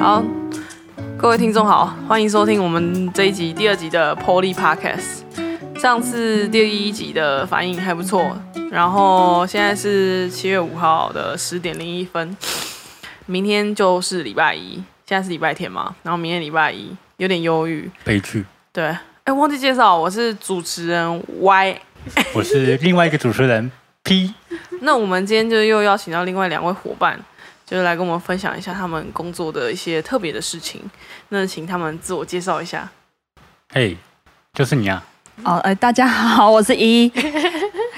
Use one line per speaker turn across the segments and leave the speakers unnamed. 好，各位听众好，欢迎收听我们这一集第二集的 Poly Podcast。上次第一集的反应还不错，然后现在是七月五号的十点零一分，明天就是礼拜一，现在是礼拜天嘛，然后明天礼拜一有点忧郁，
悲剧。
对，哎、忘记介绍，我是主持人 Y。
我是另外一个主持人 P，
那我们今天就又邀请到另外两位伙伴，就是来跟我们分享一下他们工作的一些特别的事情。那请他们自我介绍一下。
嘿，就是你啊，
哦，呃，大家好， 我是一。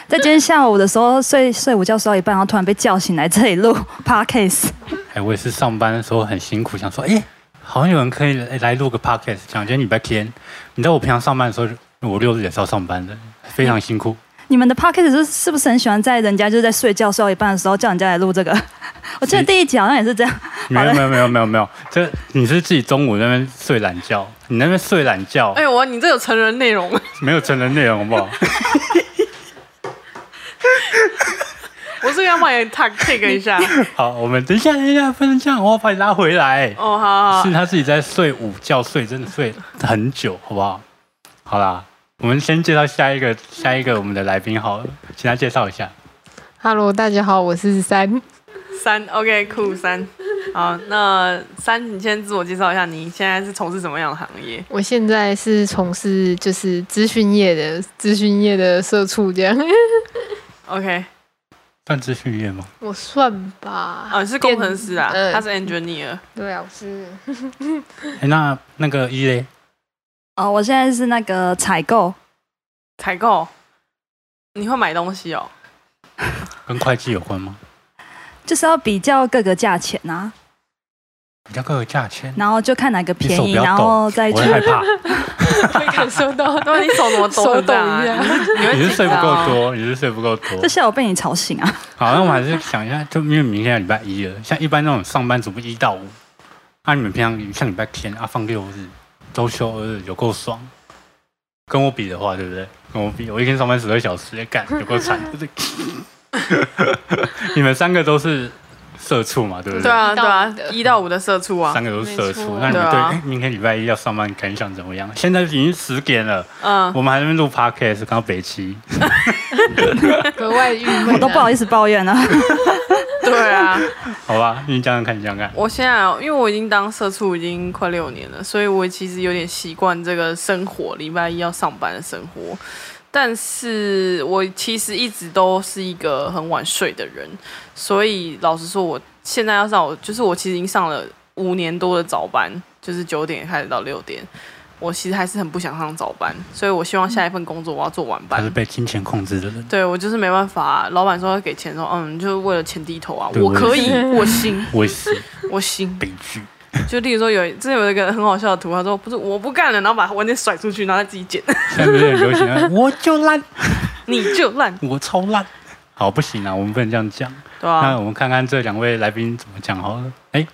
在今天下午的时候睡睡午觉睡到一半，然后突然被叫醒来这里录 podcast。
哎，我也是上班的时候很辛苦，想说，哎，好像有人可以哎来来录个 podcast，讲今天礼拜天。你知道我平常上班的时候，我六日也是要上班的，非常辛苦。
你们的 podcast 是是不是很喜欢在人家就是在睡觉睡到一半的时候叫人家来录这个？ 我记得第一集好像也是这样。
嗯
没有没有没有没有没有，这你是自己中午那边睡懒觉，你那边睡懒觉
哎，呦，我你这有成人内 容，
没有成人内容好不好？
我是要帮你 tag tag 一下。
好，我们等一下等一下，不能这样，我哦要把你拉回来。
哦，好好好
是，他自己在睡午觉，睡真的睡很久，好不好？好啦，我们先介绍下一个下一个我们的来宾好了，请他介绍一下。
Hello，大家好，我是三。
三，OK，酷三。好，那三，你先自我介绍一下，你现在是从事什么样的行业？
我现在是从事就是资讯业的资讯业的社畜这样，
OK，
算资讯业吗？
我算吧。
啊，你是工程师啊，
嗯
他是 engineer。
对啊，我 是
哎、那那个一嘞，
哦，我现在是那个采购，
采购，你会买东西 哦？
跟会计有关吗？
就是要比较各个价钱啊，
比较哎高的啊价钱，
然后就看哪个
你
便
手不
宜，
要
然后
抖，
再
我
去
会害怕。
会感受到
对， 你手怎么抖
手
成这
抖
样啊
一？下。
你会
你是睡不
紧张
够
哦
多，你是睡不够多
这。下午被你吵醒 啊。
好，那我们还是想一下，就因为明天要礼拜一了，像一般那种上班族不一到五，那、你们平常像礼拜天啊放六日，周休二日有够爽。跟我比的话，对不对？跟我比，我一天上班十二小时，干有够惨。就是你们三个都是社畜嘛，对不对？
对啊，
一
对
到
啊
五，的
一到五的社畜啊
三，个都是社畜
没错，
那你们
对
对、
啊
哎明天礼拜一要上班感想怎么样？现在已经十点了，
嗯，
我们还在那边录 podcast，刚到北七，
格外郁闷、啊，
我都不好意思抱怨了。
对啊，
好吧？你讲讲看，你讲讲看。
我现在因为我已经当社畜已经快六年了，所以我其实有点习惯这个生活，礼拜一要上班的生活。但是我其实一直都是一个很晚睡的人，所以老实说，我现在要上我就是我其实已经上了五年多的早班，就是九点开始到六点。我其实还是很不想上早班，所以我希望下一份工作我要做晚
他
班
是。被金钱控制的人，
对我就是没办法、老板说要给钱的时候，嗯，就是为了钱低头啊，
对
我
我也
可以
是，
我 行，
我也是
我行。
悲剧。
就例如说有之前有一个很好笑的图，他说不是我不干了，然后把文件甩出去，然后再自己捡，
现在不是很流行 啊，我就烂，
你就烂，
我超烂。好，不行啊，我们不能这样讲。
对吧、
那我们看看这两位来宾怎么讲好了。哎，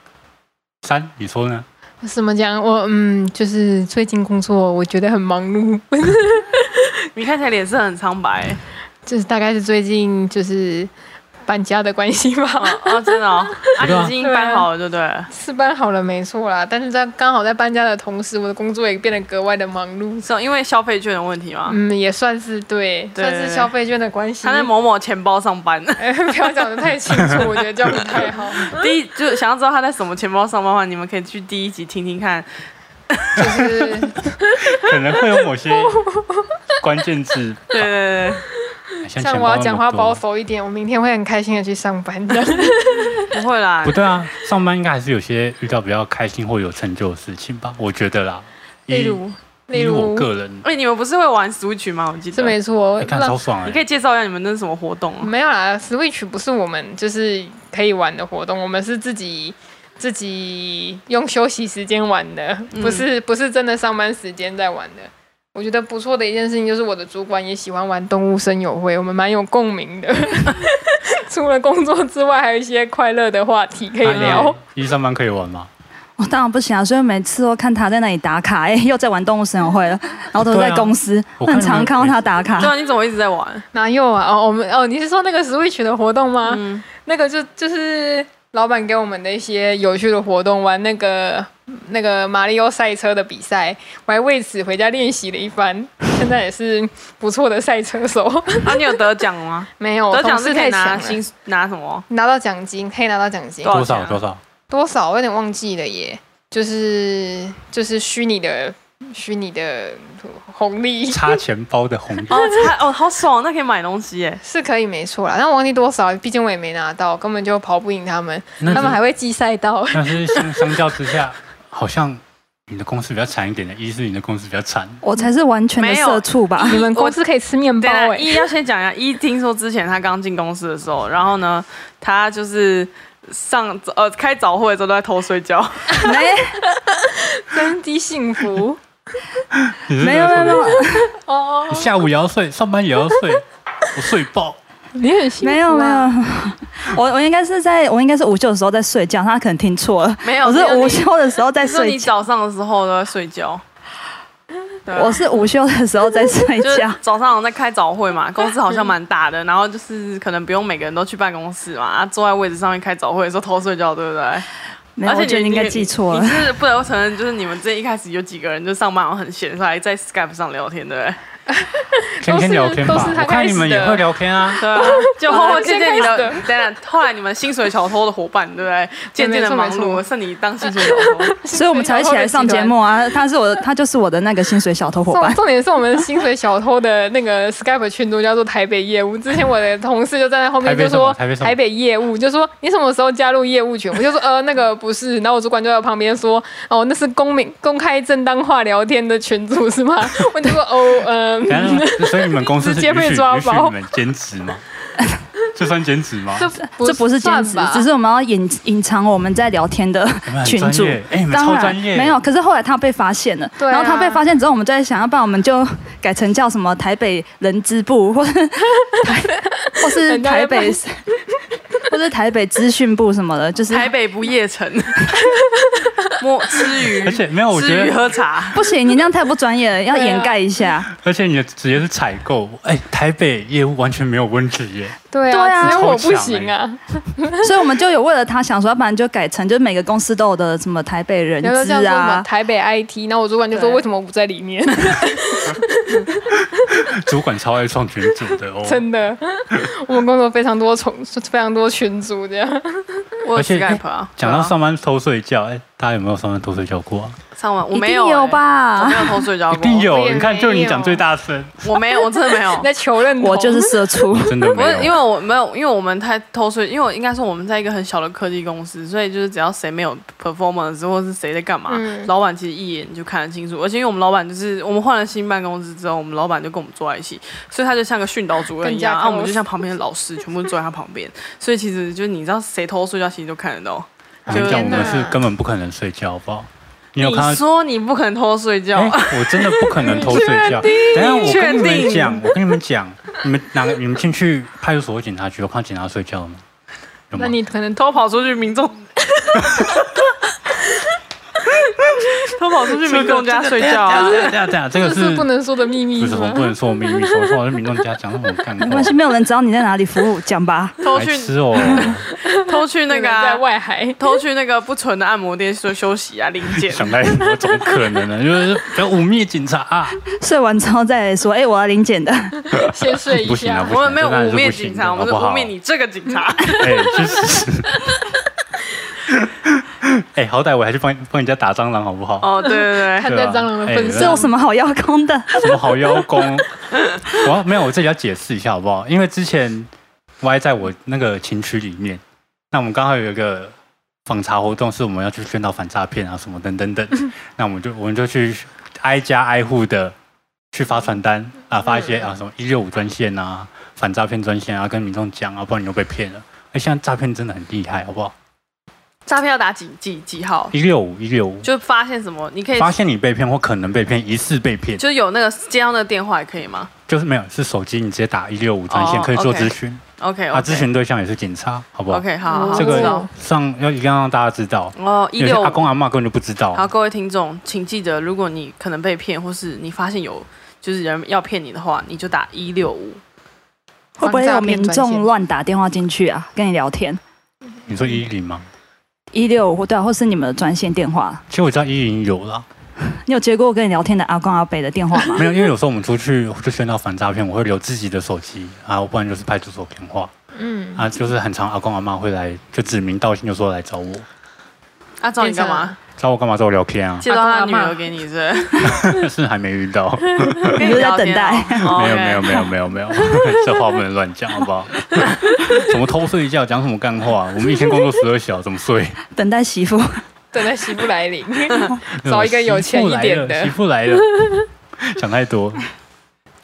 三，你说呢？
怎么讲？我嗯，就是最近工作我觉得很忙碌，
你看起来脸色很苍
嗯
白，
就是大概是最近就是搬家的关系吧。
哦，哦真的 哦，啊，
不对啊
你已经搬好了，对不对？
是搬好了没错啦，但是在刚好在搬家的同时，我的工作也变得格外的忙碌。
是哦因为消费券的问题吗？
嗯，也算是对，
对
算是消费券的关系。
他在某某钱包上班，
哎， 不要讲的太清楚，我觉得这样不太好。
第一就是想要知道他在什么钱包上班的话，你们可以去第一集听听看，
就是
可能会有某些关键 字，哎
对对对
像钱
像
包
我要
那么
讲话
多
保守一点，我明天会很开心的去上班 的。
对， 不会啦
不，对啊，上班应该还是有些遇到比较开心或有成就的事情吧？我觉得啦，以
例如，例
以我
如，呃
个人，
哎，你们不是会玩 Switch 吗？我记
是
得，
没嗯错
你，看超爽哎、
你可以介绍一下你们那是什么活动啊？
没有啦，Switch 不是我们就是可以玩的活动，我们是自己自己用休息时间玩的，
嗯
不是不是真的上班时间在玩的。我觉得不错的一件事情就是我的主管也喜欢玩动物声友会，我们蛮有共鸣的。 除了工作之外，还有一些快乐的话题可以
啊那你
聊。
一上班可以玩吗？
我当然不行啊，所以每次都看他在那里打卡，哎、又在玩动物森友会了，然后都在公司，
啊我看
很
你们
常看到他打卡
对。啊，你怎么一直在玩？
啊哪有啊？哦，我们哦，你是说那个 Switch 的活动吗？
嗯
那个就就是老板给我们的一些有趣的活动，玩那个那个马里奥赛车的比赛，我还为此回家练习了一 番。现在也是不错的赛车手，
啊，你有得奖吗？
没有
得奖
同事
是可
太
以
强
拿
了
薪拿什么？
拿到奖金，可以拿到奖金
多
多
少
少
钱啊
多少？
多少？我有点忘记了耶，就是就是虚拟的虚拟的红利。
插钱包的红
哦，才哦，好爽，那可以买东西耶！
是可以没错啦，但我忘记多少，毕竟我也没拿到，根本就跑不赢他们。
那
他们
是
还会记赛 道，
但是相相较之下， 好像你的公司比较惨一点的，一是你的公司比较惨，
我才是完全的
没有
社畜 吧？
你们公司可以吃面包
对
哦
哎、
啊，一要先讲一下，一听说之前他刚进公司的时候，然后呢，他就是上呃开早会的时候都在偷睡觉，
没
真的幸 福
没有没有没有
哦
你，下午也要睡，上班也要睡，我睡 爆。
你很幸福、
没有没有，， 我我应该是在我应该是午休的时候在睡觉，他可能听错了。
没有
我是
没有你
午休的时候在
你说
睡
你
觉，
早上的时候都在睡觉，对啊
我是午休的时候在睡
就是
觉。
早上我在开早会嘛，公司好像蛮大的，然后就是可能不用每个人都去办公室嘛，啊，坐在位置上面开早会的时候偷睡觉，对不对？
没有，
而
我觉
且
得
你
你应该记错了
你。是不得不承认，就是你们这一开始有几个人就上班好像很闲，所以还在 Skype 上聊天，对不对？
天天聊天
都
吧
是，他
我看
开
你
始的
们也会聊天 啊。
对啊， 就后后渐渐你的
先开，
当然后来你们薪水小偷的伙伴， 对不对？渐渐的忙
没错
碌，剩你当薪水小偷。
所以我们才会起来上节目啊！他是我的，他就是我的那个薪水小偷伙
重
伴。
重点是我们薪水小偷的那个 Skype 群组叫做台北业务。之前我的同事就站在后面就说
台北什么台北什么
台北业务，就说你什么时候加入业务群？我就说呃那个不是。然后我主管就在旁边说哦那是公民公开正当化聊天的群组是吗？ 我就说哦嗯、
等一下所以你们公司是
直
允
接
许
被
允许
抓包
你们兼职 吗？这算兼职吗？
这
这不是兼职
算吧，
只是我们要隐隐藏我们在聊天的
你们很
群
专
主
业。 哎你们超
当然
专业
没有，可是后来他被发现了，
对啊
然后他被发现之后，我们就在想，要不然我们就改成叫什么台北人资部，或是台或是
人家
台
在
北， 或是台北资讯部什么的，就是
台北不夜城，摸吃鱼，
而且没有我觉得
吃鱼喝茶，
不行，你这样太不专业了，要掩盖一下。
而且你的职业是采购，哎，台北业务完全没有问题耶。
对
对啊
啊，只有我不
超强
行啊。
所以我们就有为了他想说，要不然就改成，就每个公司都有的什么台北人
然后
资
这样说嘛，
啊，
台北 IT，然后我主管就说
对
为什么我不在里面？。
主管超爱创群组的哦
真的，我们工作非常多重，非常多群组这样。
我有
而且
Skype 啊。
讲
对
到
啊
上班偷睡觉，哎，大家有没有上班偷睡觉过啊？
上完，我
一
没
定
有欸
有
我
吧
没？有偷睡觉
一
过，
定
我
有，
也
你看，就
没
你
有
讲最大声，
我没有，我真的没有
你。在求认同
我就是 社畜。
真的
不
没
是因
有
为。我没有，因为我们太偷睡，因为我应该说我们在一个很小的科技公司，所以就是只要谁没有 performance 或是谁在干嘛，
嗯
老板其实一眼就看得清楚。而且因为我们老板就是我们换了新办公室之后，我们老板就跟我们坐在一起，所以他就像个训导主任一样，啊，
更加靠
我们就像旁边的老师，全部都坐在他旁边。所以其实就是你知道谁偷睡觉，其实都看得到。
我跟你讲，我
天哪
们是根本不可能睡觉，好不好？你 有
你
看到
说你不肯偷睡觉，
哎、我真的不可能偷睡觉。等一下我跟你们讲，我跟你们讲，你们哪个你们进去派出所、警察局，有看到警察睡觉了吗？有吗
那？你可能偷
偷跑出去民 众，偷跑出去民众家睡觉啊。
对对对，这
这
个
是
是
不能说的秘密
不是
是
我
吗？
不能说我秘密，说错，是民众家讲什么干
没关系，
话？
没有人知道你在哪里服务，讲吧。
偷
白
去
痴哦！
偷去那
那
个
个
啊、
在外海，
偷去那个不纯的按摩店休休息啊，零检。
想太多，怎么可能呢？就是不要污蔑警察啊！
睡完之后再说，哎、我要临检的。
先睡一
不行
下
啊，
我们没有
这当然
污
是
蔑
不行
警
的
察，我们是污
好不好
蔑你这个警 察。
哎，去死！ 哎，好歹我还去帮帮人家打蟑螂，好不好？
哦，对对对，
看在蟑螂的份
对啊
这
上
有。什么好邀功的？
什么好邀功？ 我要没有，我这里要解释一下好不好？因为之前歪在我那个情区里面，那我们刚好有一个访查活动，是我们要去宣导反诈骗啊什么等等等。那我们就我们就去挨家挨户的去发传单啊，发一些啊什么一六五专线啊、反诈骗专线啊，跟民众讲啊，不然你就被骗了。哎，现在诈骗真的很厉害，好不好？
诈骗要打几几几号？
一六五一六五，
就发现什么，你可以
发现你被骗或可能被骗，疑似被骗，
就有那个接到那个电话也可以吗
就是没有是手机，你直接打一六五专线
哦
可以做
OK
咨询。
？OK，
啊，咨询对象也是警察，好不好
OK，好好好，知
这个
道
上要一定要让大家知道，
哦，一
有些
六
阿公阿妈根本就不知
好，
道。
各位听众，请记得，如果你可能被骗，或是你发现有就是人要骗你的话，你就打一六五。
会不会有民
防诈骗专
众
线
乱打电话进去啊，跟你聊天？
你说一零吗？
一六五对、啊，或是你们的专线电话。
其实我知道一零有啦，
你有接过跟你聊天的阿公阿伯的电 话
嗯
吗？
没有，因为有时候我们出去就宣到反诈骗，我会留自己的手机啊，不然就是派出所电话
嗯，
啊，就是很常阿公阿妈会来，就指名道姓就说来找我，
啊，找你干
变成
嘛？
找我干嘛？找我聊天啊？
介绍他
阿
女
公阿嬷
儿给你是
是还没遇到，
不是？跟
你就在
聊
等
天
待
哦
没有没有没有没有没 有，这话不能乱讲，好不 好？怎么偷睡觉，讲什么干话？我们以前工作十二小时，怎么 睡？
等待媳妇，
等待媳妇来临，找一个有钱一点的
媳妇来了，媳妇来了想太多。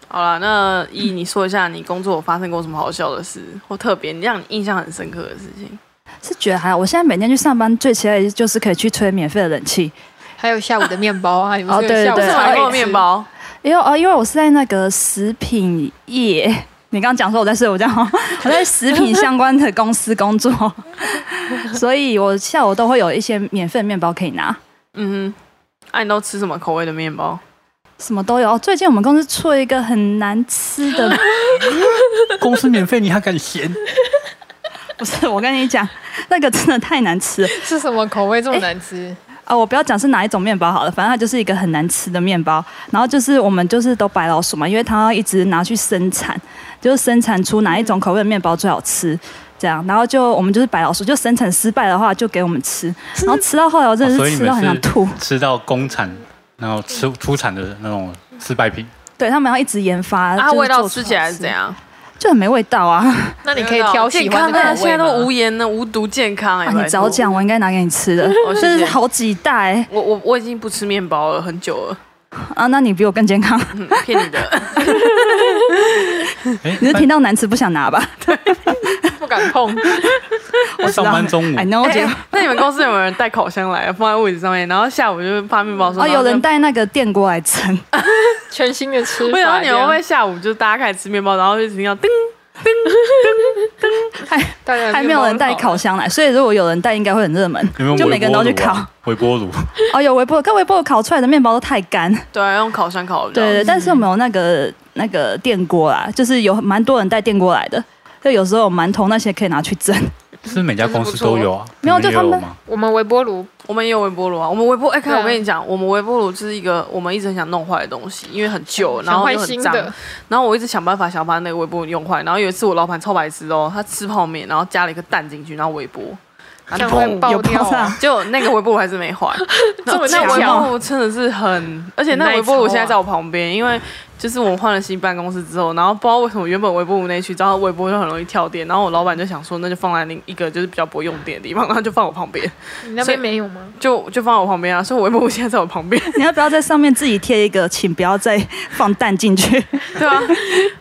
好了，那一你说一下你工作发生过什么好笑的事，或特别让你印象很深刻的事情？
是觉得还好。我现在每天去上班，最期待的就是可以去吹免费的冷气，
还有下午的面包 啊，你们
哦
是有
对
下午
对
是
对
买过
茶可以吃
面，包，
因为哦，因为我是在那个食品业，你刚刚讲说我在睡午觉， 我在食品相关的公司工作， 所以我下午都会有一些免费的面包可以拿，
嗯哼，啊，你都吃什么口味的面包？
什么都有。哦最近我们公司出了一个很难吃 的，
公司免费，你还敢嫌？
不是我跟你讲，那个真的太难吃了
是什么口味这么难吃？
啊！我不要讲是哪一种面包好了，反正它就是一个很难吃的面包。然后就是我们就是都白老鼠嘛，因为它要一直拿去生产，就是生产出哪一种口味的面包最好吃。这样，然后就我们就是白老鼠，就生产失败的话就给我们 吃，然后吃到后来我真的
哦所以
是
你
吃
们
到很想
是
吐。
吃到工厂，然后吃出产的那种失败品，
对他们要一直研发，
啊，
就是
味道
做
吃
出
起来
好
是怎样？
就很没味道啊！
那你可以挑喜欢
健康啊
的口
现在
味吗
都无盐的、无毒健康哎、
啊，
欸，
你
拜托
早讲，我应该拿给你吃 的，
哦谢谢
这是好几袋、
我我我已经不吃面包了，很久了，
啊！那你比我更健康，
嗯骗、你的。
哎，
你是听到难吃不想 拿吧？
不敢碰，
我上班中午
，I know，结果
那你们公司有没有人带烤箱来放在位置上面，然后下午就发面包说？
哦，
然
有
后就
人带那个电锅来蒸，
全新的吃
我想到
法这
你们会不会
样。
下午就大家开始吃面包，然后就听到叮，
当然
还没有人带烤箱来，所以如果有人带，应该会很热门
有没有，
就
微
每个人
波
都去
炉啊
烤。，
微波炉，
哦，有微波，跟微波炉烤出来的面包都太干。
对啊，用烤箱烤的。
对对，但是我们有那个那个电锅啦，就是有蛮多人带电锅来的，就有时候有馒头那些可以拿去蒸。
是每家公司都有啊？
不错没有
你们
就他
也
们
有吗？
我们微波炉
我们也有微波炉啊，我们微波哎，看、
对啊
我跟你讲，我们微波炉就是一个我们一直很想弄坏的东西，因为很旧，然
啊想
后
换
又
新
很脏，
的，
然后我一直想办法想把那个微波炉用坏。然后有一次我老板超白痴哦，他吃泡面，然后加了一个蛋进去，然后微波，
这样会
有
爆掉
爆炸
啊。
结果那个微波炉还是没 坏。那
这么
那
巧
微波炉真的是很，而且那
很耐
微波炉
操啊
现在在我旁边，因为就是我们换了新办公室之后，然后不知道为什么原本微波炉那区，然后微波就很容易跳电，然后我老板就想说那就放在另一个就是比较不会用电的地方，然后就放我旁边，
你那边没有吗？
就就放我旁边啊，所以我微波炉现在在我旁边。
你要不要在上面自己贴一个，请不要再 放蛋进去？
对啊，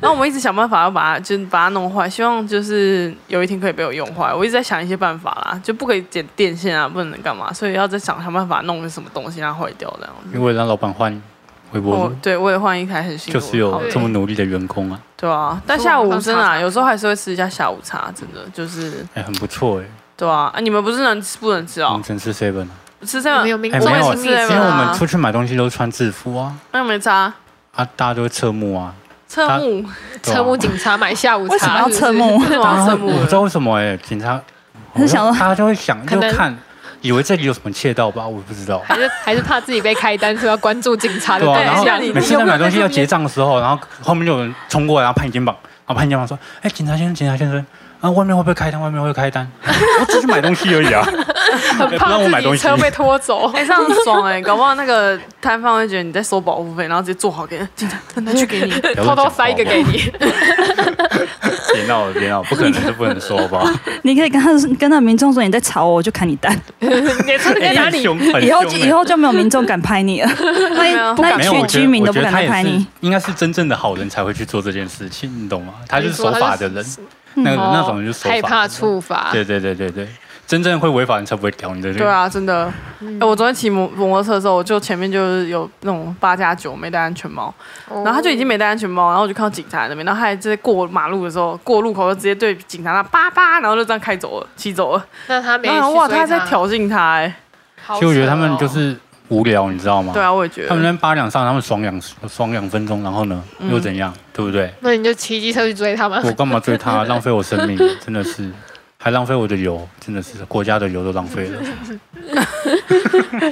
然后我们一直想办法要把它，就是把它弄坏，希望就是有一天可以被我用坏。我一直在想一些办法啦，就不可以剪电线啊，不能干嘛，所以要再想想办法弄个什么东西让它坏掉这样子。
因为让老板换微波
我
哦
炉，
对我也换一台很新的，
就是
好
有
的
这么努力的员工啊，
对啊，但下午真的、啊、有时候还是会吃一下下午茶，真的就是
哎，很不错哎，
对啊。啊，你们不是能吃不能吃
我
哦
们？真是 seven 啊，
吃这个
没有明
哎，
我
没
们
有，
吃
因为
seven
我们
啊，
出去买东西都穿制服啊，
那没差。
啊，大家都会侧目啊，
侧
他
目，
对啊
侧目警察买下午 茶，
为什么要侧
是
目
不？是？
为什么要
大家
哦侧
会
目
啊我
了？
不知道为什么哎，警察，
是想说
大家就会想
可
又
能
看，以为这里有什么窃盗吧，我不知道。
还是 还是怕自己被开单，所以要关注警察的
对啊，
对
然后
对
像
象。
你
每次在买东西
有没有在这
要
边
结账的时候，然后后面就有人冲过来，然后拍你肩膀，然后拍你肩膀说：“哎，警察先生，警察先生，啊，外面会不会开单？外面会不会开单？我只是买东西而已啊，
很
不
怕
让我买
自
东
己
西
车被拖 走。
哎、这样很爽哎、搞不好那个摊贩会觉得你在收保护费，然后直接做好给警察，拿去给你。
偷偷塞一个给你，
别闹了，别闹了，不可能，这不能说吧？
你可以跟他跟那民众说你在吵我，我就砍你蛋，
你真的 在哪里？
哎凶，很
以后就
凶哎
以后就没有民众敢拍 你了，那一
没有
那
没
一
有，我觉
区居
得
民
我
都
觉
不
得
敢
他
来
也
拍
是
你。，
应该是真正的好人才会去做这件事情，你懂吗？他就是
你说
守
嗯他
法
是
的人，那个
哦
那种人就是守法的
害
人，
怕处罚，
对对对对对，真正会违法人才不会屌你的。
对，啊，真的。
嗯
哎、我昨天骑摩摩托车的时候，我就前面就是有那种八加九没戴安全帽，
然
然后他就已经没戴安全帽，然后我就看到警察在那边，然后他还在过马路的时候，过路口就直接对警察那叭叭，然后就这样开走了，骑走了。
那他没
然后
去
我想哇，
追
他在挑衅他哎、
好
其实我觉得他
扯
们
哦
就是无聊，你知道吗？
对啊，我也觉
他们
得。
在八两上，他们爽两爽两分钟，然后呢
嗯
又怎样，对不对？
那你就骑机车去追他们
我。干嘛追他，浪费我生命，真的是。还浪费我的油，真的是国家的油都浪费 了，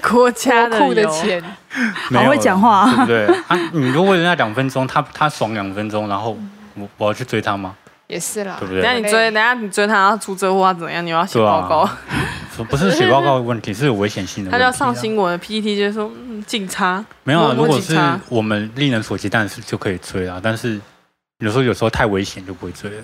国家
国库的
油，
钱，
没有
会讲话啊
对不对？啊，你如果为了那两分钟，他他爽两分钟，然后我我要去追他吗？
也是啦
对。不
等下你
对？
追，等下你追他，他出车祸他怎样？你要写
对啊
报告，
不是写报告的问题，是有危险性的
他就
问题啊。
要上新闻了。PPT 就说，嗯，警察
没有啊，
摸
如
摸
果
警
是
察
我们力能所及，当然是就可以追啊。但是有时候有时候太危险就不会追了。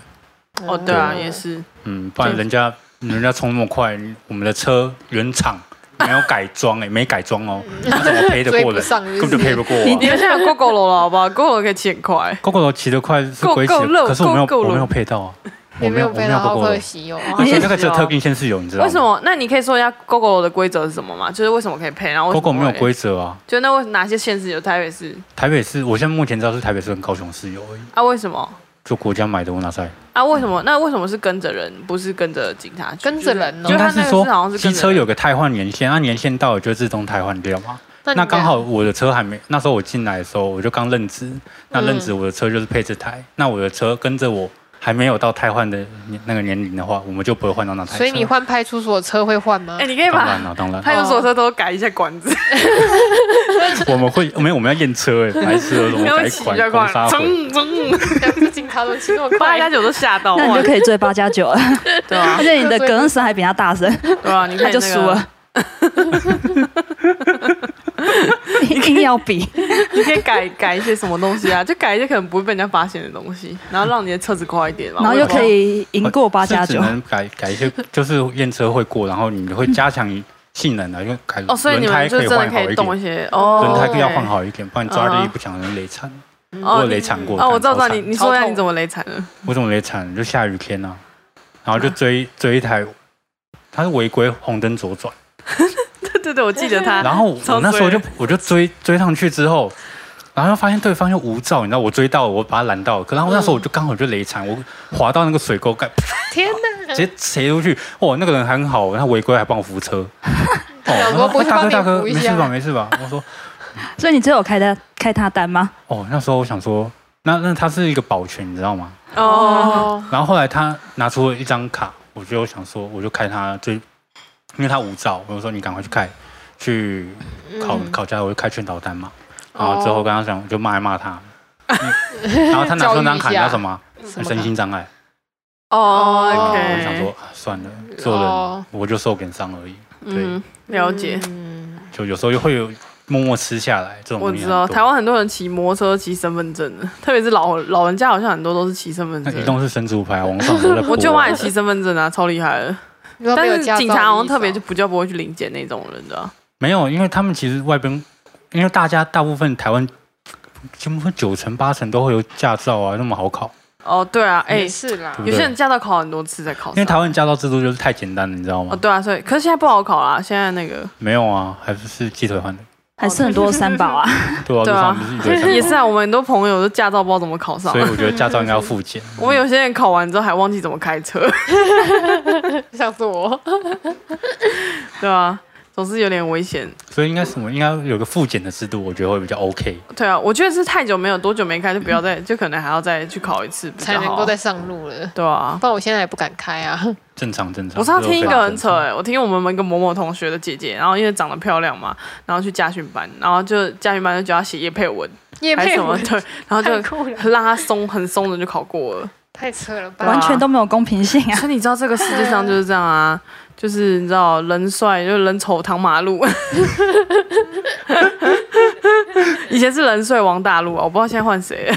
哦，对啊，
嗯
也是，
嗯，不然人家人家冲那么快，我们的车原厂没有改装哎、没改装哦，那怎么赔得
追
过
不
人？
上，
根本就赔不过我、
你
啊。
们现在有 GoGo 了好不好？GoGo 可以骑很快，
狗狗楼骑得快是
够
归骑
够
得，
肉
可是我没有
够够
我没有
肉
配到啊，我
也
没有
没有
我没
被
有
到，
狗
好
狗楼
可。惜哦。
而且这个只
是
有
哦
特定限是有，你知道吗？
为什么？那你可以说一下 GoGo 的规则是什么吗？就是为什么可以配，然后为
狗
什
狗
么
没有
会
规则啊？
就那为哪些县市有台北市
台北市，我现在目前知道是台北市跟高雄市有而已，
啊？为什么
就国家买的，我哪在？
啊？为什么？那为什么是跟着人，不是跟着警察局？
跟着人
就
哦
是就
应该
他
是
那个
说
是好像是
机
跟着
车有
人。
个汰换年限，那年限到了就自动汰换掉嘛。
那
那
你
刚
们
好我的车还没，那时候我进来的时候我就刚认职，那认职我的车就是配置台，那我的车跟着我还没有到汰换的年那个年龄的话，我们就不会换到那台车。
所以你换派出所车会换吗
哎，？你可以
当然
把
了、当然，
派出所车都改一下管子，
我们会没有我们要验车哎，白痴 了，我们
然后
改
骑比
款
较
公
快
杀，会，
噌 噌，
两只警察都骑那么
八
快
加，九都吓 到，
那你就可以追八加 九了，
对啊
而，且你的隔音声还比他大声，
对 啊，你
他
看
就输了。硬要比，
你可以改改一些什么东西啊？就改一些可能不会被人家发现的东西，然后让你的车子快一点嘛。
然后又可以赢过八加
哦是只
九，
能改改一些，就是验车会过，然后你会加强性能啊，因为改
哦，所以你
轮胎
们就
可以
真的
换好
可以
一
动一
点，
些哦，
轮胎要
OK
换。好一点，不然抓
嗯
力
哼
不强人累惨。我
哦
有，累惨过，
哦，我知道，
干
知道
超
你，
惨
你说一下你怎么雷惨了？
我怎么也惨？就下雨天啊，然后就
啊
追、追一台，他是违规红灯左转，
对对对，我记得 他。
然后
啊超
我那时候
衰
就我就追追上去之后，然后又发现对方又无照，你知道我追到了我把他拦到了，可然后那时候我就刚好就雷惨，
嗯
我滑到那个水沟盖，
天哪！
直接切出去，哇，那个人很好，他违规还帮我扶 车，哦，
老
然
公
后
不
哎
是
大哥
帮你
大哥
扶一
没事
下
吧没事吧，我说
所以你只有开他开他单吗？
哦那时候我想说。那那他是一个保全，你知道吗？
哦，
哦，
然后后来他拿出了一张卡，我就想说，我就开他最，因为他无照，我就说你赶快去开，去考、
嗯
考驾照，我就开劝导单嘛。然
哦
后之后跟他讲，我就骂一骂他。嗯然后他拿出那张卡，你
教育一
知
下
道什么？
什么
身心障碍。
哦
哦
然后我
，OK，
就想说，啊算了，做人、
哦
我就受点伤而已。对，
嗯，了解，
嗯
就有时候又会有默默吃下来这种
我
东西
知
很
道
多。
台湾很多人骑摩托车骑身份证的， 特别是老老人家，好像很多都是骑身份
那移
证。
动是神主牌，网上 都在播啊。
我舅妈也骑身份证啊，超厉害的。
你说没
但
有
是
驾照
警察好
的
像
意
特别
思
就
哦
不叫不会去临检那种人的啊。
没有，因为他们其实外边，因为大家大部分台湾，几乎九成八成都会有驾照啊，那么好考。
哦，对啊，哎
也，是啦
对，
有些人驾照考很多次才考上。
因为台湾驾照制度就是太简单了，你知道吗？
哦，对啊，所以可是现在不好考啦，现在那个
没有啊，还不是鸡腿换的。
还是很多三宝 啊，
对啊，
对
路
啊
上不是 一堆三
也
宝
是啊，我们很多朋友都驾照不知道怎么考上
所。以嗯我觉得驾照应该要复检。
我们有些人考完之后还忘记怎么开车，
像是我，
对啊，总是有点危险。
所以应该什么？应该有个复检的制度，我觉得会比较 OK。
对啊，我觉得是太久没有多久没开，就不要 再，就可能还要再去考一次比
才
较
能
好
够
啊。
再上路了。
对啊，
不然我现在也不敢开啊。
正常正常。
我上次听一个很扯
这
哎、我听我们一个某某同学的姐姐，然后因为长得漂亮嘛，然后去家训班，然后就家训班就叫她写叶配文
叶
还是
佩
什么
文
对，然后就
太酷了，
让她松很松的就考过了。
太扯了吧？
对啊
完全都没有公平性啊！
所以你知道这个世界上就是这样 啊，就是你知道人帅就是人丑唐马路， 以前是人帅王大陆啊，我不知道现在换谁 了，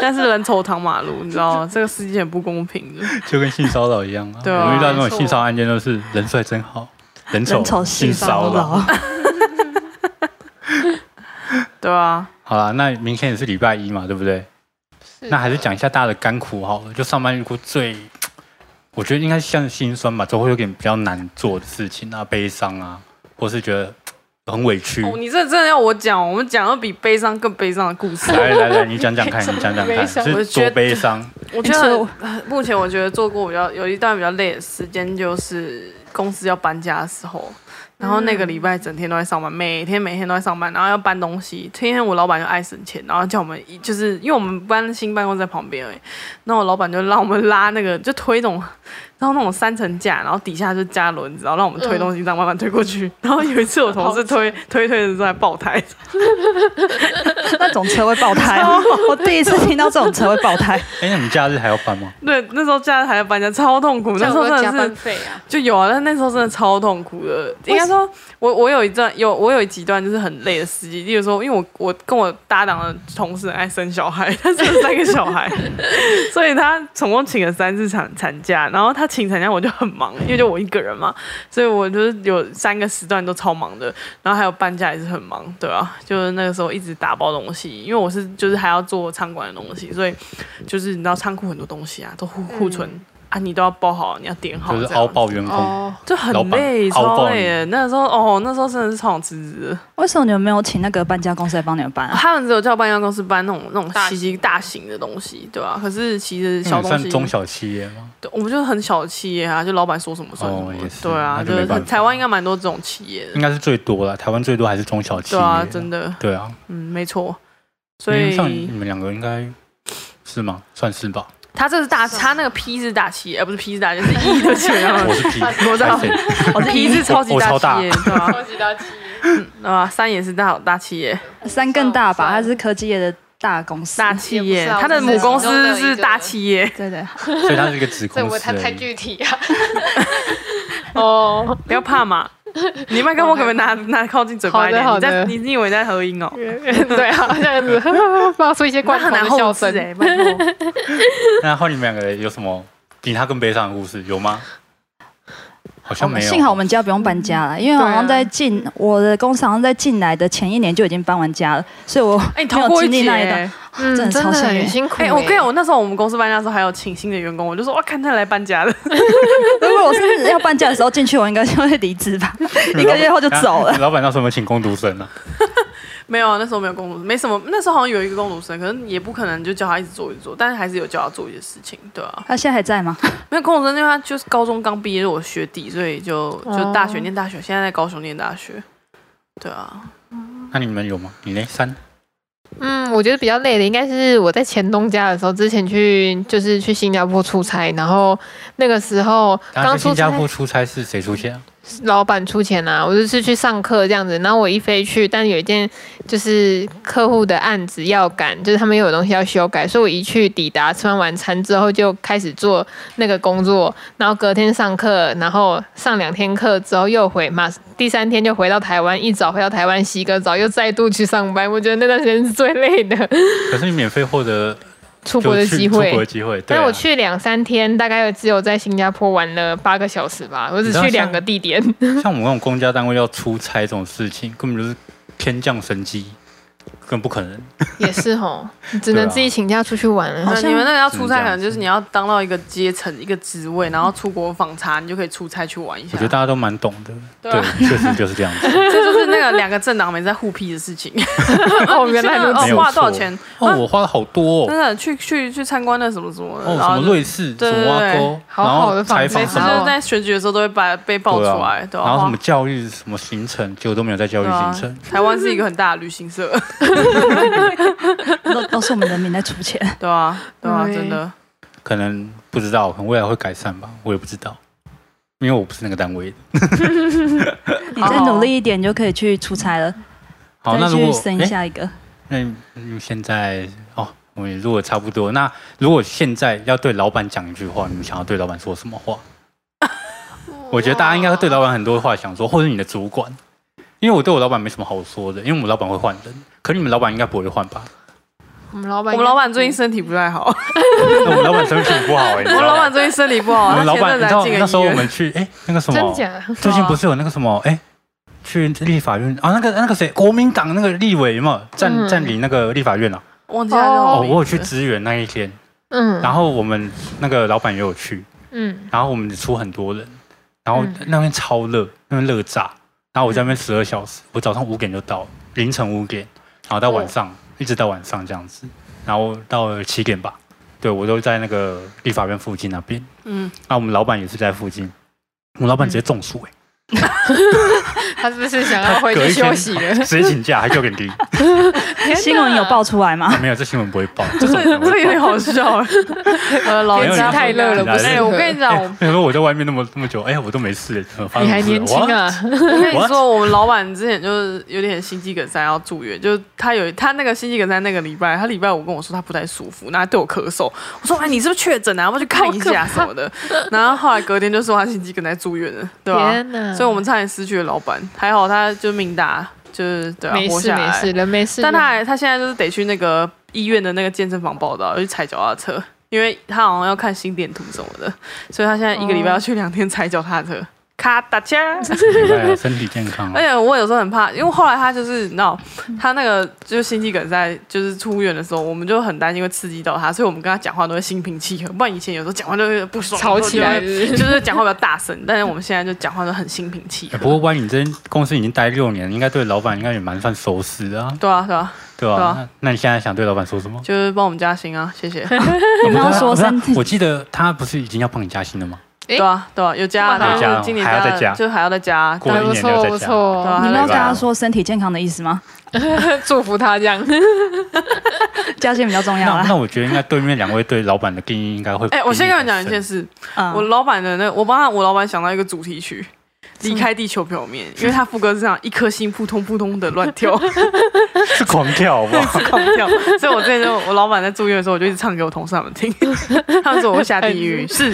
但是人丑唐马路，你知道吗？这个世界很不公平的。
样子就跟性骚扰一样啊。
对啊
我遇到那
没
种
错
性骚扰案件都是人帅 真好，人丑
人丑性
性
骚
骚扰。
扰，
对啊，
好啦，那明天也是礼拜一嘛，对不对？
的
那还是讲一下大家的甘苦好了。就上班遇过最，我觉得应该像心酸吧，都会有点比较难做的事情啊，悲伤啊，或是觉得很委屈。
哦，你这真的要我讲，我们讲到比悲伤更悲伤的故事。
来来来，你讲讲看，你讲讲
悲
看，
伤
我
是
觉得
多悲伤？
我觉得目前我觉得做过比较有一段比较累的时间，就是公司要搬家的时候，然后
嗯
那个礼拜整天都在上班，每天每天都在上班，然后要搬东西。天天我老板就爱省钱，然后叫我们一就是因为我们搬新办公室在旁边而已，那我老板就让我们拉那个就推那种，然后那种三层架，然后底下就加轮子，然后让我们推东西，
嗯
这样慢慢推过去。然后有一次我同事推推推着在爆胎，
那种车会爆 胎，我第一次听到这种车会爆胎。
哎，那你们假日还要搬吗？
对，那时候假日还要搬家，超痛苦。那时候
叫
真
加
的是
班费啊，
就有啊，但那时候真的超痛苦的。应该说，我我有一段有我有几段就是很累的时期，例如说，因为我我跟我搭档的同事很爱生小孩， 他生了三个小孩， 所以他总共请了三次产产假，然后他请产假我就很忙，因为就我一个人嘛，所以我就是有三个时段都超忙的，然后还有搬家也是很忙，对啊，就是那个时候一直打包东西，因为我是就是还要做仓管的东西，所以就是你知道仓库很多东西啊，都库库存。啊，你都要包好，你要点 好，
就是
这样
凹爆员工，
哦，
就很
老板
累，
凹
超
爆
累
你
的。那时候哦，那时候真的是超想辞职的。
为什么你们没有请那个搬家公司来帮你们搬啊？
他们只有叫搬家公司搬那种那种
大
奇奇大型的东西，对啊吧、可是其实
那
小
你
东
嗯算
西，
中小企业吗？
对我们就是很小的企业啊，就老板说什么算什么。
哦也是
对啊，
那
就
就没办
是
法
台湾应该蛮多这种企业的
应。该是最多了，台湾最多还是中小企
对
业。
啊，真的，
对啊，
嗯，没错。所
因为像你
以
们两个应该是吗？算是吧，
他这是大，他那个 P 是大企业，而不是 P 是大，就是 E 的企业。
我是 P，
我知道
还是谁
我 P 是超级
我超大
企业，对吧、
超级大企业，
对吧、三也是大大企业，
三更大吧，
算
它哦是科技业的大公司。
大企
也
业，
不是啊
他的
我只
母
是
公
其中
司
的一
是
个
大企业。
对对，
所以它是一个 子
这
公
我
司
太太
而已。
具体啊。 哦，
不要怕 嘛，你麦克风可不可以拿拿靠近嘴巴一点？
好
你
的
在
好的
你你以为你在合音哦？
对啊，这样子 发出一些
那
罐头
很难
的
后
笑
置
声。
哎，拜托。
那后你们两个有什么比他更悲伤的故事有吗？好像没有。
哦幸好我们家不用搬家了，因为好像在进我的公司，好像在进来的前一年就已经搬完家了，所以我
哎，你
没
逃
有
过一
经历
劫
那一段
欸。。
嗯，
真的
真
超
的
幸运
很辛苦欸。
哎，我跟你讲，我那时候我们公司搬家的时候还有请新的员工，我就说哇，看他来搬家了。
如果我是要搬家的时候进去，我应该就会离职 吧，一个月后就走了。
老 板那时候有没有请工读生呢、啊
没有，那时候没有工读，没什么。那时候好像有一个工读生，可能也不可能就叫他一直做一直做，但是还是有叫他做一些事情，对啊。
他现在还在吗？
没有工读生，因为他就是高中刚毕业，是我学弟，所以就就大学念大学，现在在高雄念大学。对啊，
那你们有吗？你那三
嗯，我觉得比较累的应该是我在前东家的时候，之前去就是去新加坡出差，然后那个时候
然后
刚
去
出
新加，
差
坡出差是谁出钱、啊？
老板出钱啊，我就是去上课这样子，然后我一飞去，但有一件就是客户的案子要赶，就是他们又有东西要修改，所以我一去抵达，吃完晚餐之后就开始做那个工作，然后隔天上课，然后上两天课之后又回，马第三天就回到台湾，一早回到台湾洗个澡，又再度去上班，我觉得那段时间是最累的。
可是你免费获得
出
就
国的
去
机
出国的
会。
机会。对、啊，
但我去两三天，大概只有在新加坡玩了八个小时吧，我只去两个地点。
像我们那种公家单位要出差这种事情，根本就是天降神机，更不可能。
也是吼，只能自己请假出去玩了。
那
像
你们那个要
只
出
能
差，
这
可
样
能就是
子
你要当到一个阶层、一个职位，然后出国访查，你就可以出差去玩一下。
我觉得大家都蛮懂的，
对啊
对， 确实就是这样 子。
这就是那个两个政党每次在互批的事情。
哦，原来如
哦
此。
没有
花了多少
错
钱啊
哦，我花了好多
真
哦，
的去去去参观那什么什么的，
哦，
然
什
后
么瑞士，
对
什
对
么挖沟，
好
然
好
后
的
采
房
访
每
子
次
什
就
啊
么
是在选举的时候都会把被爆出
对啊
来，对吧、
然后
花
什么教育什么行程，结果都没有在教育
对啊
行程。
台湾是一个很大的旅行 社，
都都是我们人民在出钱。
对啊，对啊，
对
真的。
可能不知道，可能未来会改善吧，我也不知道，因为我不是那个单位的。
你再努力一点，你就可以去出差了，
好，
再
那如
去
果
生
诶
下一个。
那你你现在哦，我们也录的差不多。那如果现在要对老板讲一句话，你们想要对老板说什么 话？我觉得大家应该会对老板很多话想说，或者你的主管，因为我对我老板没什么好说的，因为我们老板会换人，可你们老板应该不会 换吧？
我们老
我
板，
们老板最近身体不太
哦
好，
那我们老板身体不好哎、你知
我们
道
老
吗
板？最近身体不好，
我
哦他
们老
前
板，
阵子
你知
才
道
进
那时候
了医
我
院。
们去哎、那个什
嗯真
么，
假？
最近不是有那个什么哎、去立法院啊，那个那个谁，国民党那个立委嘛，占
嗯
占领那个立法院啊。
忘记他叫什么
哦，
名字
我有去支援那一天，
嗯，
然后我们那个老板也有去，
嗯，
然后我们出很多人，然后
嗯
那边超热，那边热炸，然后我在那边十二小时，我早上五点就到，凌晨五点，然后到
哦
晚上、一直到晚上这样子，然后到了七点吧，对我都在那个立法院附近那边，
嗯，
那我们老板也是在附近，我们老板直接中暑哎、
他是不是想要
欸
回
隔
去
一
休
天
息了？
直接请假还叫给你 低，
新闻有爆出来吗？
没有这新闻不会报，这种
这
不
这
会
有
报
点好 笑欸。呃，老人
天气
家
太
热了
不适合
哎，我跟你讲，我
想说我在外面那么那么久，哎、我都没事，发生
你还
什么事
年轻！啊！
我跟你
What？
说，我们老板之前就是有点心肌梗塞要住院，就是他有他那个心肌梗塞那个礼拜，他礼拜五跟我说他不太舒服，然后他对我咳嗽，我说哎你是不是确诊啊？要不要去看一下什么的。然后后来隔天就说他心肌梗塞住院了，对吧、啊
天哪！
所以我们差点失去了老板，还好他就命大，就是对啊，
没
活
事
下
没
来。
事，人没事。
但他还他现在就是得去那个医院的那个健身房报道，去踩脚踏车，因为他好像要看心电图什么的，所以他现在一个礼拜
哦
要去两天踩脚踏车。咔打架，
明白啊身体健康、
而且我有时候很怕，因为后来他就是你知道，他那个就是心肌梗塞，就是出院的时候，我们就很担心会刺激到他，所以我们跟他讲话都会心平气和。不然以前有时候讲话就会不爽，
吵起来
就会就是讲话比较大声。但是我们现在就讲话都很心平气
哎
和。
不过，关于你这公司已经待六年，应该对老板应该也蛮算熟识的啊，
对啊，对啊，
对吧、
对啊
那那你现在想对老板说什么？
就是帮我们加薪啊，谢谢。
你要说
不是啊
身体
我记得他不是已经要帮你加薪了吗？
诶
对啊，对啊，有加啊，
还
但
有
加哦
是今年
还要再加
就还要再加。
过
还
一
不
年就
错不
再加。
对啊
错，
你没有跟他说身体健康的意思吗？
祝福他这样。
加薪比较重要
那
啦
那。我觉得应该对面两位对老板的定义应该会。
哎、我先跟你讲一件，事，
嗯，
我老板的那，我帮他我老板想到一个主题曲。离开地球表面，因为他副歌是这样，一颗心扑通扑通的乱跳，
是狂跳 好不好？
狂跳。所以我之前就我老板在住院的时候，我就一直唱给我同事他们听，他们说我会下地狱，是，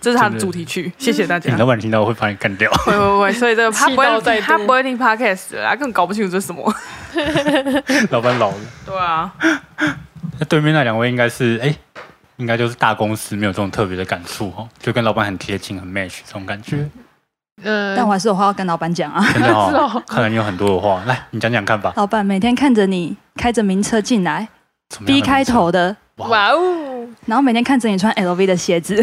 这是他的主题曲，谢谢大
你
家
哎老。板听到会把你干掉。
喂喂喂，所以这个他不
气到
会
再
听，
度
他不会听 podcast 的啦，他根本搞不清楚这是什么。
老板老了，
对啊，
那对面那两位应该是哎、应该就是大公司没有这种特别的感触哦，就跟老板很贴近，很 match 这种感觉。
嗯，
但我还是有话要跟老板讲啊。
真的
是哦
哦，看来你有很多的话，来你讲讲看吧。
老板每天看着你开着名车进来
怎么样
，B
的
开
名字
头的，
哇，
哇哦，
然后每天看着你穿 LV 的鞋子，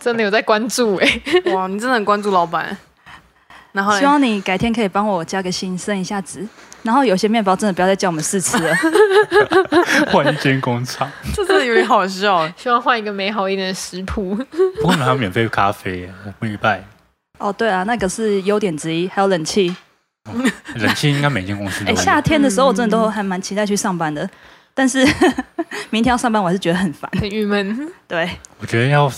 真的有在关注哎。
哇，你真的很关注老板。然后嘞
希望你改天可以帮我加个薪，升一下职。然后有些面包真的不要再叫我们试吃 了，
换一间工厂，
这真的有点好笑。
希望换一个美好一点的食谱。
不过你们还有免费咖啡耶，我不明白。
哦，对啊，那个是优点之一，还有冷气。
冷气应该每间公司都
哎，
有。
夏天的时候我真的都还蛮期待去上班的，但是 明天要上班我还是觉得很烦。
很郁闷，
对，
我觉得要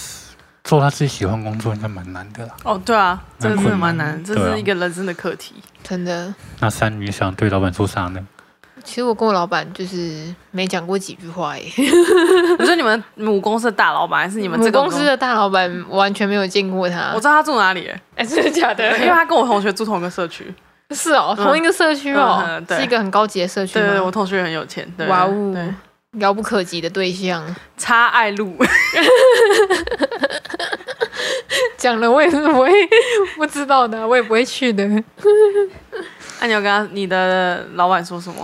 做他自己喜欢工作应该蛮难的啦。
哦，对啊，这个真
蛮
的
困
蛮
难
难，这
对啊
是一个人生的课题。
真的。
那三女想对老板说啥呢？
其实我跟我老板就是没讲过几句话哎。
你说你们母公司的大老板，还是你
我
们这个
公司？的大老板完全没有见过他
我，知道他住哪里，
哎，真的假的？
因为他跟我同学住同一个社区。
是哦，
嗯
同一个社区
嗯
哦
嗯，对
是一个很高级的社区
对
吗。
对，对我同学很有钱。对
哇哦
对
遥不可及的对象，
差爱路，
讲了我也是不会不知道的，我也不会去的。
那你有跟他你的老板说什么？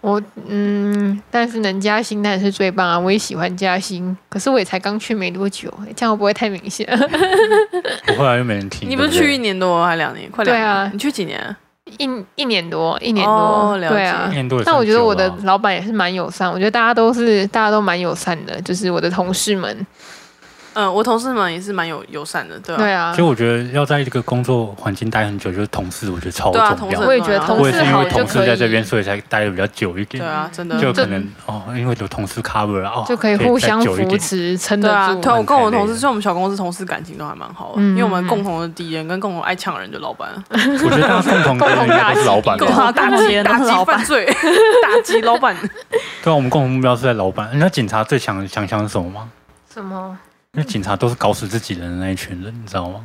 我嗯，但是能加薪当然是最棒啊！我也喜欢加薪，可是我也才刚去没多久，这样会不会太明显？
我后来又没人听。
你不是
对
去一
对
年多还两年？快两
对啊
年你去几年？
一一年多，一年多，
哦了解
对啊
一。年多也算
但我觉得
久
我的
了啊
老板也是蛮友善，我觉得大家都是大家都蛮友善的，就是我的同事们，
嗯，我同事们也是蛮友友善的，对
对
啊。
啊
其实。我觉得要在一个工作环境待很久，就是同事，我觉得超
对啊同
重
事
要。
很
我也觉得
重要
同
我也
事
是因
好
为
就
同
可
事在这边，
以，
所以才待的比较久一点
对。啊，真的
嗯就
这
可能哦，因为有同事 cover 啊哦，
就可以
再
互相
久一
扶
点。
持，撑
对
得
啊，
住。
对啊，我跟我同
蛮开
事，
心的
就我们小公司同事感情都还蛮好的，
嗯
因为我们共同的敌人跟共同爱抢人的老板，
我觉得他共同的人应该都是老板吧
共。同打击
对
打击犯罪， 打击老板。
对啊，我们 共同目标是在老板。你知道警察最强强项是什么吗？
什么
因为警察都是搞死自己人的那一群人，你知道吗？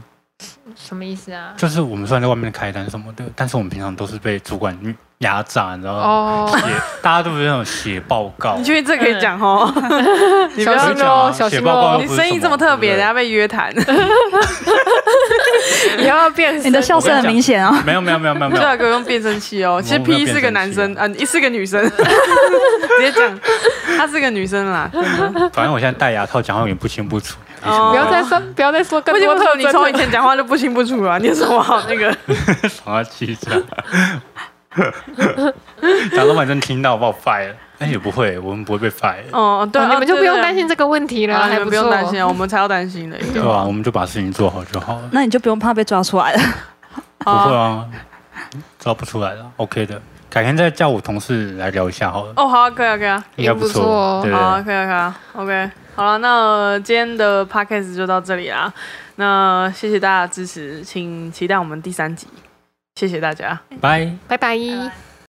什么意思啊？
就是我们虽然在外面开单什么的，但是我们平常都是被主管压榨，你知道吗？
哦，
写大家都不是那种写报告
你，确定这可以讲哦？你不
小
要
心
讲啊
哦，小
写
心
报告
哦
又
你
不是
生意
什
这么特别，
对
人
不对
家被约谈，
你要变
你的笑声很明显哦。
没有没有没有没有没
最好
有，
给我啊用变声器哦。其实
我没有
P 是个男生，
变
啊，你是个女生， 直接讲，她是个女生啦，真的。
反正我现在戴牙套，讲话有点不清不楚。没什么
哦
不要再说，不要再说更
为什
多
么
特
你
征
从以
了。
前讲话就不清不楚啊？你 有什么好那个？
想要气炸。 假老板真听到，把我 fire 了。哎，也不会，我们不会被 fire，
哦，对，
哦你们就不用担心
这
这个问题了，
你
还
们不
错哦
用担心啊，我们才要担心 呢。
对吧？我们就把事情做好就好了。
那你就不用怕被抓出来了。
不会啊，找不出来了，OK 的，改天再叫我同事来聊一下好了，
哦，好啊，可以啊，可以啊，
应该
也不错哦
错，对
好
不
啊，
对？
可以啊，可以啊，OK，好了，那、呃今天的 podcast 就到这里啦。那谢谢大家的支持，请期待我们第三集，谢谢大家。
拜。
拜拜。
拜拜